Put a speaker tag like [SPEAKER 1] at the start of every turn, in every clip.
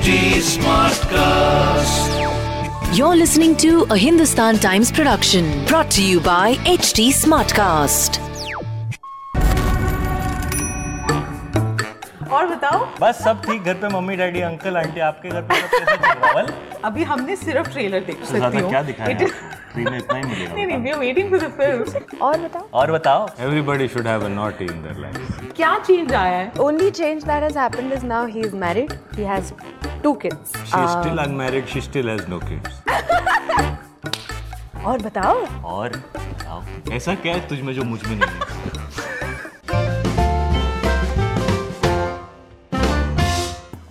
[SPEAKER 1] HD Smartcast.
[SPEAKER 2] You're listening to a Hindustan Times production brought to you by HT Smartcast.
[SPEAKER 3] और बताओ
[SPEAKER 4] बस सब ठीक घर पे मम्मी डैडी अंकल आंटी आपके घर पे सब कैसा चल रहा है? वल
[SPEAKER 3] अभी हमने सिर्फ ट्रेलर देख
[SPEAKER 4] तो
[SPEAKER 3] सकती
[SPEAKER 4] ज्यादा
[SPEAKER 3] हूँ
[SPEAKER 4] क्या दिखाया
[SPEAKER 3] It is-
[SPEAKER 4] फ्री में इतना ही मिलेगा
[SPEAKER 3] नहीं नहीं
[SPEAKER 4] बताओ।
[SPEAKER 3] We are waiting for the film
[SPEAKER 4] और बताओ
[SPEAKER 5] Everybody should have a naughty in their life.
[SPEAKER 3] क्या चेंज आया है
[SPEAKER 6] only change that has happened is now he is married. He has two kids.
[SPEAKER 5] She's still unmarried, she still has no kids.
[SPEAKER 6] और बताओ
[SPEAKER 4] और बताओ ऐसा क्या है तुझ में जो मुझ में नहीं है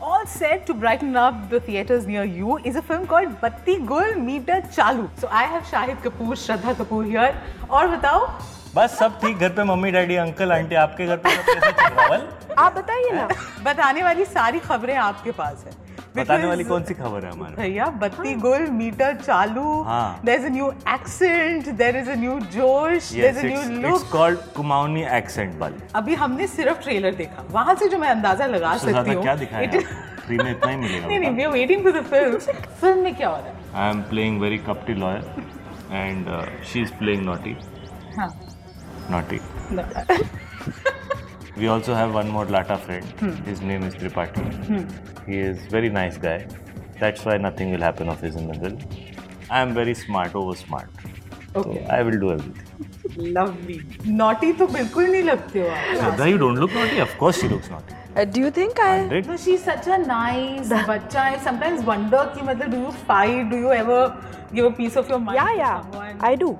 [SPEAKER 3] All set to brighten up the theaters near you is a film called Batti Gul Meter Chalu. So I have Shahid Kapoor, Shraddha Kapoor here. और बताओ
[SPEAKER 4] बस सब ठीक घर पे मम्मी डैडी अंकल आंटी आपके घर पे सब कैसा चल रहा है? वल
[SPEAKER 6] आप बताइए ना
[SPEAKER 3] बताने वाली सारी खबरें आपके पास है
[SPEAKER 4] बताने वाली कौन सी खबर है हमारे
[SPEAKER 3] भैया बत्ती गुल मीटर चालू
[SPEAKER 4] हाँ।
[SPEAKER 3] There is a new accent there is a new जोश there is a new
[SPEAKER 4] it's
[SPEAKER 3] look
[SPEAKER 4] called Kumaoni accent बल
[SPEAKER 3] अभी हमने सिर्फ ट्रेलर देखा वहां से जो मैं अंदाजा लगा
[SPEAKER 4] तो
[SPEAKER 3] सकती
[SPEAKER 4] ज्यादा
[SPEAKER 3] हूँ
[SPEAKER 4] क्या
[SPEAKER 3] it
[SPEAKER 4] दिखाया
[SPEAKER 3] is-
[SPEAKER 4] फ्री में इतना ही
[SPEAKER 3] नहीं नहीं
[SPEAKER 4] मिलेगा
[SPEAKER 3] we are waiting for the film film में क्या हो रहा है
[SPEAKER 4] आई एम प्लेइंग वेरी कपटी lawyer and she is playing naughty
[SPEAKER 3] हाँ।
[SPEAKER 4] Naughty
[SPEAKER 3] No.
[SPEAKER 4] We also have one more Lata friend. His name is Tripathi. He is very nice guy. That's why nothing will happen of his in the middle. I am very smart, over smart.
[SPEAKER 3] Okay.
[SPEAKER 4] I will do everything.
[SPEAKER 3] Lovely. Naughty तो बिल्कुल नहीं लगते हो आप।
[SPEAKER 4] Shraddha, you don't look naughty. Of course she looks naughty.
[SPEAKER 5] Uh,
[SPEAKER 6] do you think I
[SPEAKER 4] Right?
[SPEAKER 3] No, she's such a nice बच्चा I sometimes wonder कि मतलब do you fight? Do you ever give a piece of your mind
[SPEAKER 6] या
[SPEAKER 3] to
[SPEAKER 6] या
[SPEAKER 3] someone?
[SPEAKER 6] I do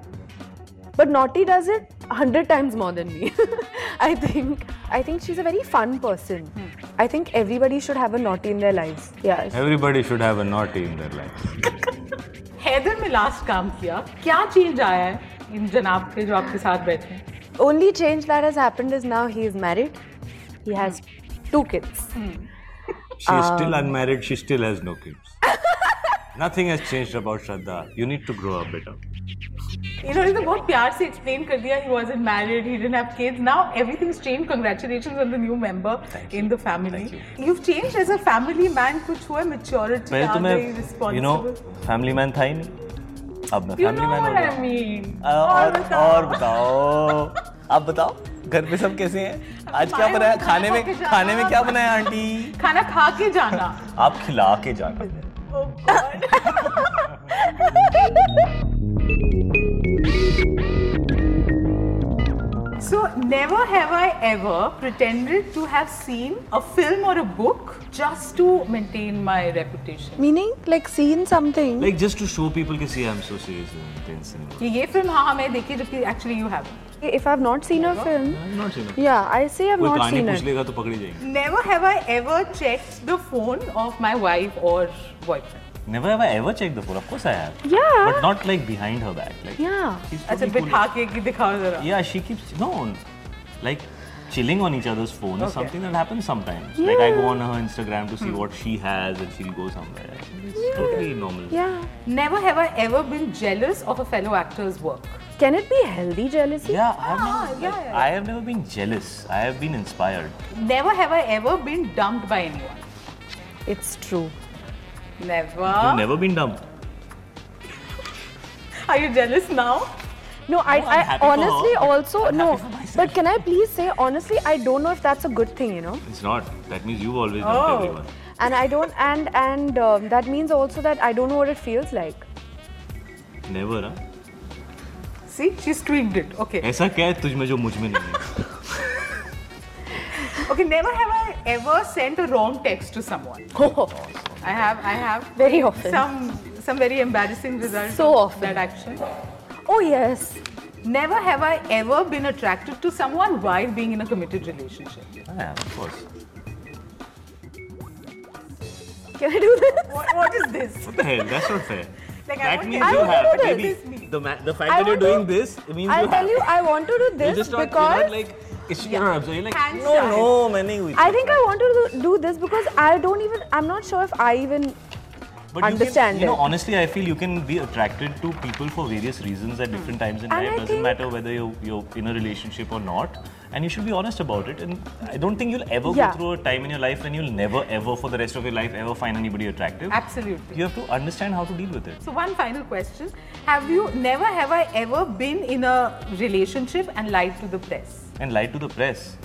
[SPEAKER 6] but naughty does it 100 times more than me i think i think she's a very fun person
[SPEAKER 5] Hmm.
[SPEAKER 6] i think everybody should have a naughty in their lives yeah
[SPEAKER 5] Everybody should have a naughty in their life.
[SPEAKER 3] Haider में last काम किया क्या change आया है इन जनाब के जो आपके साथ बैठे हैं
[SPEAKER 6] only change that has happened is now he is married he has two kids
[SPEAKER 5] Hmm. She's still unmarried, she still has no kids. Nothing has changed about Shraddha. You need to grow up better.
[SPEAKER 3] इन्होंने तो बहुत प्यार से explain कर दिया ही wasn't married he didn't have kids now everything's changed congratulations on the new member in the family you. you've changed as a family man कुछ हुआ है? maturity
[SPEAKER 4] पहले
[SPEAKER 3] आ
[SPEAKER 4] तो
[SPEAKER 3] गई,
[SPEAKER 4] मैं you know
[SPEAKER 3] responsible.
[SPEAKER 4] Family man था ही नहीं अब मैं
[SPEAKER 3] You
[SPEAKER 4] फैमिली
[SPEAKER 3] know
[SPEAKER 4] मैन हो
[SPEAKER 3] what I
[SPEAKER 4] गया
[SPEAKER 3] mean.
[SPEAKER 4] आ,
[SPEAKER 3] और
[SPEAKER 4] और
[SPEAKER 3] बताओ।
[SPEAKER 4] और बताओ आप बताओ घर पे सब कैसे हैं आज क्या
[SPEAKER 3] खाए
[SPEAKER 4] बनाया
[SPEAKER 3] हुए खाना खा के
[SPEAKER 4] खाने में खाने में
[SPEAKER 3] जाना।
[SPEAKER 4] क्या बनाया आंटी
[SPEAKER 3] खाना खा के जाना
[SPEAKER 4] आप खिला के जाना
[SPEAKER 3] Oh God. So never have I ever pretended to have seen a film or a book just to maintain my reputation.
[SPEAKER 6] meaning like seeing something
[SPEAKER 4] Like just to show people कि see I'm so serious and intense and
[SPEAKER 3] कि ये film हाँ हाँ मैं देखी जबकि actually you haven't.
[SPEAKER 6] if i've not seen a film
[SPEAKER 4] not seen it.
[SPEAKER 6] yeah i say i've
[SPEAKER 5] कोई
[SPEAKER 6] not
[SPEAKER 5] कहानी
[SPEAKER 6] seen
[SPEAKER 5] पूछ
[SPEAKER 6] it
[SPEAKER 5] लेगा तो पकड़ी जाएंगे.
[SPEAKER 3] Never have I ever checked the phone of my wife or boyfriend.
[SPEAKER 4] Never have I ever checked the phone. Of course I have.
[SPEAKER 6] Yeah.
[SPEAKER 4] But not like behind her back. Like
[SPEAKER 6] yeah
[SPEAKER 4] she's
[SPEAKER 3] अच्छा
[SPEAKER 4] pretty
[SPEAKER 3] बिठा
[SPEAKER 4] cool.
[SPEAKER 3] के कि दिखाओ जरा.
[SPEAKER 4] Yeah, she keeps no, like chilling on each other's phone is
[SPEAKER 3] Okay.
[SPEAKER 4] something that happens sometimes. Like I go on her Instagram to see what she has, and she'll go somewhere. It's totally normal.
[SPEAKER 6] yeah
[SPEAKER 3] Never have I ever been jealous of a fellow actor's work.
[SPEAKER 6] Can it be healthy jealousy?
[SPEAKER 4] Yeah, I've never,
[SPEAKER 3] yeah,
[SPEAKER 4] like,
[SPEAKER 3] yeah.
[SPEAKER 4] I have never been jealous. I have been inspired.
[SPEAKER 3] Never have I ever been dumped by anyone.
[SPEAKER 6] It's true.
[SPEAKER 3] Never.
[SPEAKER 4] I've never been dumped.
[SPEAKER 3] Are you jealous now?
[SPEAKER 6] No, I,
[SPEAKER 4] I'm
[SPEAKER 6] I
[SPEAKER 4] happy for
[SPEAKER 6] honestly
[SPEAKER 4] her, but
[SPEAKER 6] also
[SPEAKER 4] I'm
[SPEAKER 6] no.
[SPEAKER 4] happy for myself.
[SPEAKER 6] But can I please say honestly, I don't know if that's a good thing, you know.
[SPEAKER 4] It's not. That means you've always
[SPEAKER 3] Oh.
[SPEAKER 4] dumped everyone.
[SPEAKER 6] And I don't, and and um, that means also that I don't know what it feels like.
[SPEAKER 4] Never, huh?
[SPEAKER 3] See, she's tweaked it. Okay.
[SPEAKER 4] ऐसा क्या है तुझ में जो मुझ में नहीं है?
[SPEAKER 3] Okay. Never have I ever sent a wrong text to someone.
[SPEAKER 4] Oh.
[SPEAKER 3] I have. I have.
[SPEAKER 6] Very often.
[SPEAKER 3] Some some very embarrassing results.
[SPEAKER 6] So
[SPEAKER 3] of
[SPEAKER 6] often.
[SPEAKER 3] That action.
[SPEAKER 6] Oh yes.
[SPEAKER 3] Never have I ever been attracted to someone while being in a committed relationship.
[SPEAKER 4] I have, of course.
[SPEAKER 6] Can I do this?
[SPEAKER 3] What, what is this?
[SPEAKER 4] What the hell? That's not fair.
[SPEAKER 3] Like, I
[SPEAKER 4] that
[SPEAKER 3] want
[SPEAKER 4] means
[SPEAKER 3] to-
[SPEAKER 4] you
[SPEAKER 6] I want
[SPEAKER 4] have
[SPEAKER 6] to do
[SPEAKER 4] maybe
[SPEAKER 3] this.
[SPEAKER 4] the, ma- the fact
[SPEAKER 6] I
[SPEAKER 4] that you're
[SPEAKER 6] want to-
[SPEAKER 4] doing this it means
[SPEAKER 6] I'll
[SPEAKER 4] you
[SPEAKER 6] tell
[SPEAKER 4] have.
[SPEAKER 6] you, I want to do
[SPEAKER 4] You're
[SPEAKER 6] this
[SPEAKER 4] just not,
[SPEAKER 6] because
[SPEAKER 4] you're not like it's your abs. You're like
[SPEAKER 3] Hands
[SPEAKER 4] no,
[SPEAKER 3] down.
[SPEAKER 4] no, many. we-
[SPEAKER 6] I think I want to do- do this because I don't even. I'm not sure if I even.
[SPEAKER 4] But
[SPEAKER 6] understand
[SPEAKER 4] you, can, you know,
[SPEAKER 6] it.
[SPEAKER 4] honestly, I feel you can be attracted to people for various reasons at different times in
[SPEAKER 6] Hmm. And
[SPEAKER 4] life.
[SPEAKER 6] I
[SPEAKER 4] Doesn't
[SPEAKER 6] think-
[SPEAKER 4] matter whether you're, you're in a relationship or not, and you should be honest about it. And I don't think you'll ever
[SPEAKER 6] Yeah.
[SPEAKER 4] go through a time in your life when you'll never, ever, for the rest of your life, ever find anybody attractive.
[SPEAKER 3] Absolutely.
[SPEAKER 4] You have to understand how to deal with it.
[SPEAKER 3] So one final question: Have you never have I ever been in a relationship and lied to the press?
[SPEAKER 4] And lie to the press.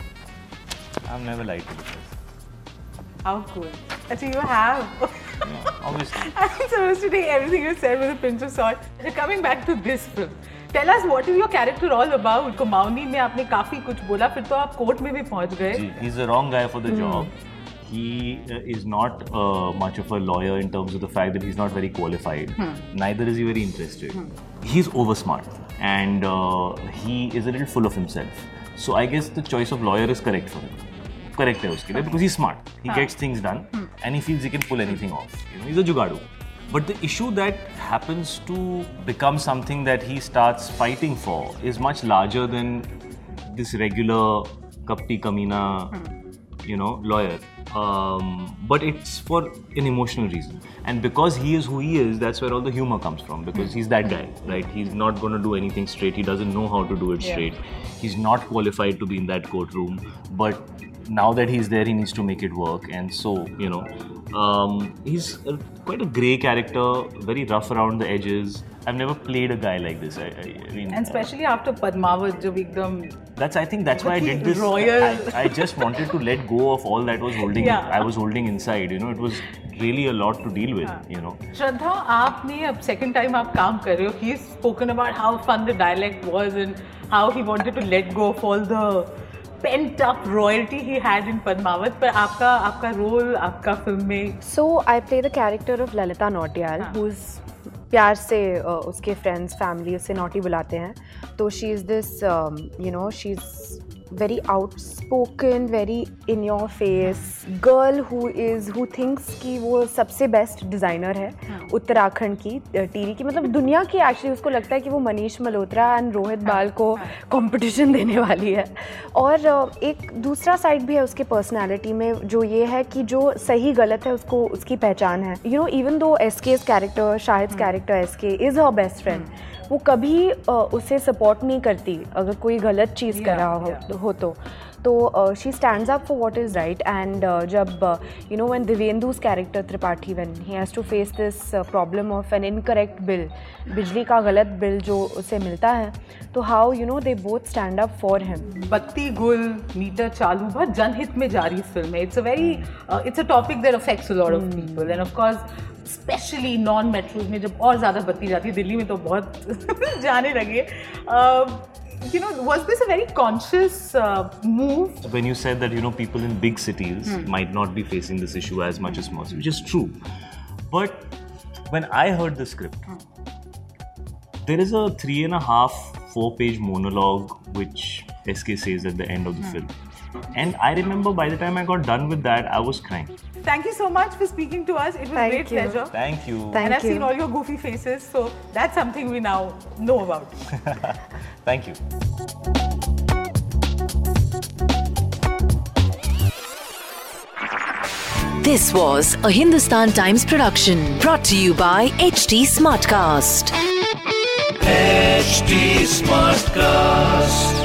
[SPEAKER 4] I've never lied to the press.
[SPEAKER 3] How cool! Actually, you have.
[SPEAKER 4] Yeah, obviously.
[SPEAKER 3] I'm supposed to take everything you said with a pinch of salt. So coming back to this film, tell us what is your character all about? Kumaoni में आपने काफी कुछ बोला, फिर तो आप court में भी पहुंच गए.
[SPEAKER 4] Ji, He's the wrong guy for the job. He uh, is not uh, much of a lawyer in terms of the fact that he's not very qualified. Neither is he very interested. He's over smart and uh, he is a little full of himself. So I guess the choice of lawyer is correct for him. Correct है उसके लिए because he's smart. He gets things done and he feels he can pull anything off. You know, he's a jugadu. But the issue that happens to become something that he starts fighting for is much larger than this regular kapti kamina
[SPEAKER 3] Hmm.
[SPEAKER 4] you know lawyer um, but it's for an emotional reason and because he is who he is that's where all the humor comes from because
[SPEAKER 3] Hmm.
[SPEAKER 4] he's that guy right he's not going to do anything straight he doesn't know how to do it straight he's not qualified to be in that courtroom but now that he's there he needs to make it work and so you know um, he's a, quite a gray character very rough around the edges i've never played a guy like this i, I, I mean
[SPEAKER 3] And
[SPEAKER 4] uh,
[SPEAKER 3] especially after Padmavat, जब एकदम
[SPEAKER 4] that's I think that's why I
[SPEAKER 3] But
[SPEAKER 4] did
[SPEAKER 3] he's
[SPEAKER 4] this.
[SPEAKER 3] royal.
[SPEAKER 4] I, I just wanted to let go of all that was holding.
[SPEAKER 3] Yeah.
[SPEAKER 4] I was holding inside. You know, it was really a lot to deal with. You know,
[SPEAKER 3] श्रद्धा आपने अब second time आप काम कर रहे हो he's spoken about how fun the dialect was and how he wanted to let go of all the pent up royalty he had in Padmavat पर आपका आपका role आपका film में
[SPEAKER 6] So I play the character of Lalita Nautiyal, who's प्यार से uh, उसके friends family उसे naughty बुलाते हैं तो she is this you know she is very outspoken very in your face girl who is who thinks कि वो सबसे बेस्ट डिज़ाइनर है उत्तराखंड की टीवी की मतलब दुनिया की एक्चुअली उसको लगता है कि वो मनीष मल्होत्रा एंड रोहित बाल को कंपटीशन देने वाली है और अ, एक दूसरा साइड भी है उसके पर्सनालिटी में जो ये है कि जो सही गलत है उसको उसकी पहचान है you know even though S K character Shahid character S K is her best friend वो कभी अ, उसे सपोर्ट नहीं करती अगर कोई गलत चीज़ कर रहा हो, हो तो तो she stands up for what is right and जब you know one Divyendu's character Tripathi one he has to face this problem of an incorrect bill बिजली का गलत बिल जो उसे मिलता है तो how you know they both stand up for him
[SPEAKER 3] Batti Gul meter चालू बहुत जनहित में जारी फिल्म है it's a very it's a topic that affects a lot of
[SPEAKER 6] Hmm.
[SPEAKER 3] People and of course especially non metros में जब और ज़्यादा बत्ती जाती है दिल्ली में तो बहुत जाने Um, लगी है you know was this a very conscious move
[SPEAKER 4] when you said that you know people in big cities
[SPEAKER 3] Hmm.
[SPEAKER 4] might not be facing this issue as much as small cities, which is true. But when I heard the script,
[SPEAKER 3] Hmm.
[SPEAKER 4] there is a three and a half, four page monologue which SK says at the end of the
[SPEAKER 3] Hmm.
[SPEAKER 4] film. And I remember by the time I got done with that, I was crying.
[SPEAKER 3] Thank you so much for speaking to us it was
[SPEAKER 6] Thank
[SPEAKER 3] great
[SPEAKER 6] you.
[SPEAKER 3] Pleasure
[SPEAKER 4] Thank you.
[SPEAKER 6] Thank
[SPEAKER 3] And I've
[SPEAKER 6] you.
[SPEAKER 3] seen all your goofy faces, so that's something we now know about.
[SPEAKER 4] Thank you.
[SPEAKER 2] This was a Hindustan Times production brought to you by HT Smartcast.
[SPEAKER 1] HD Smartcast.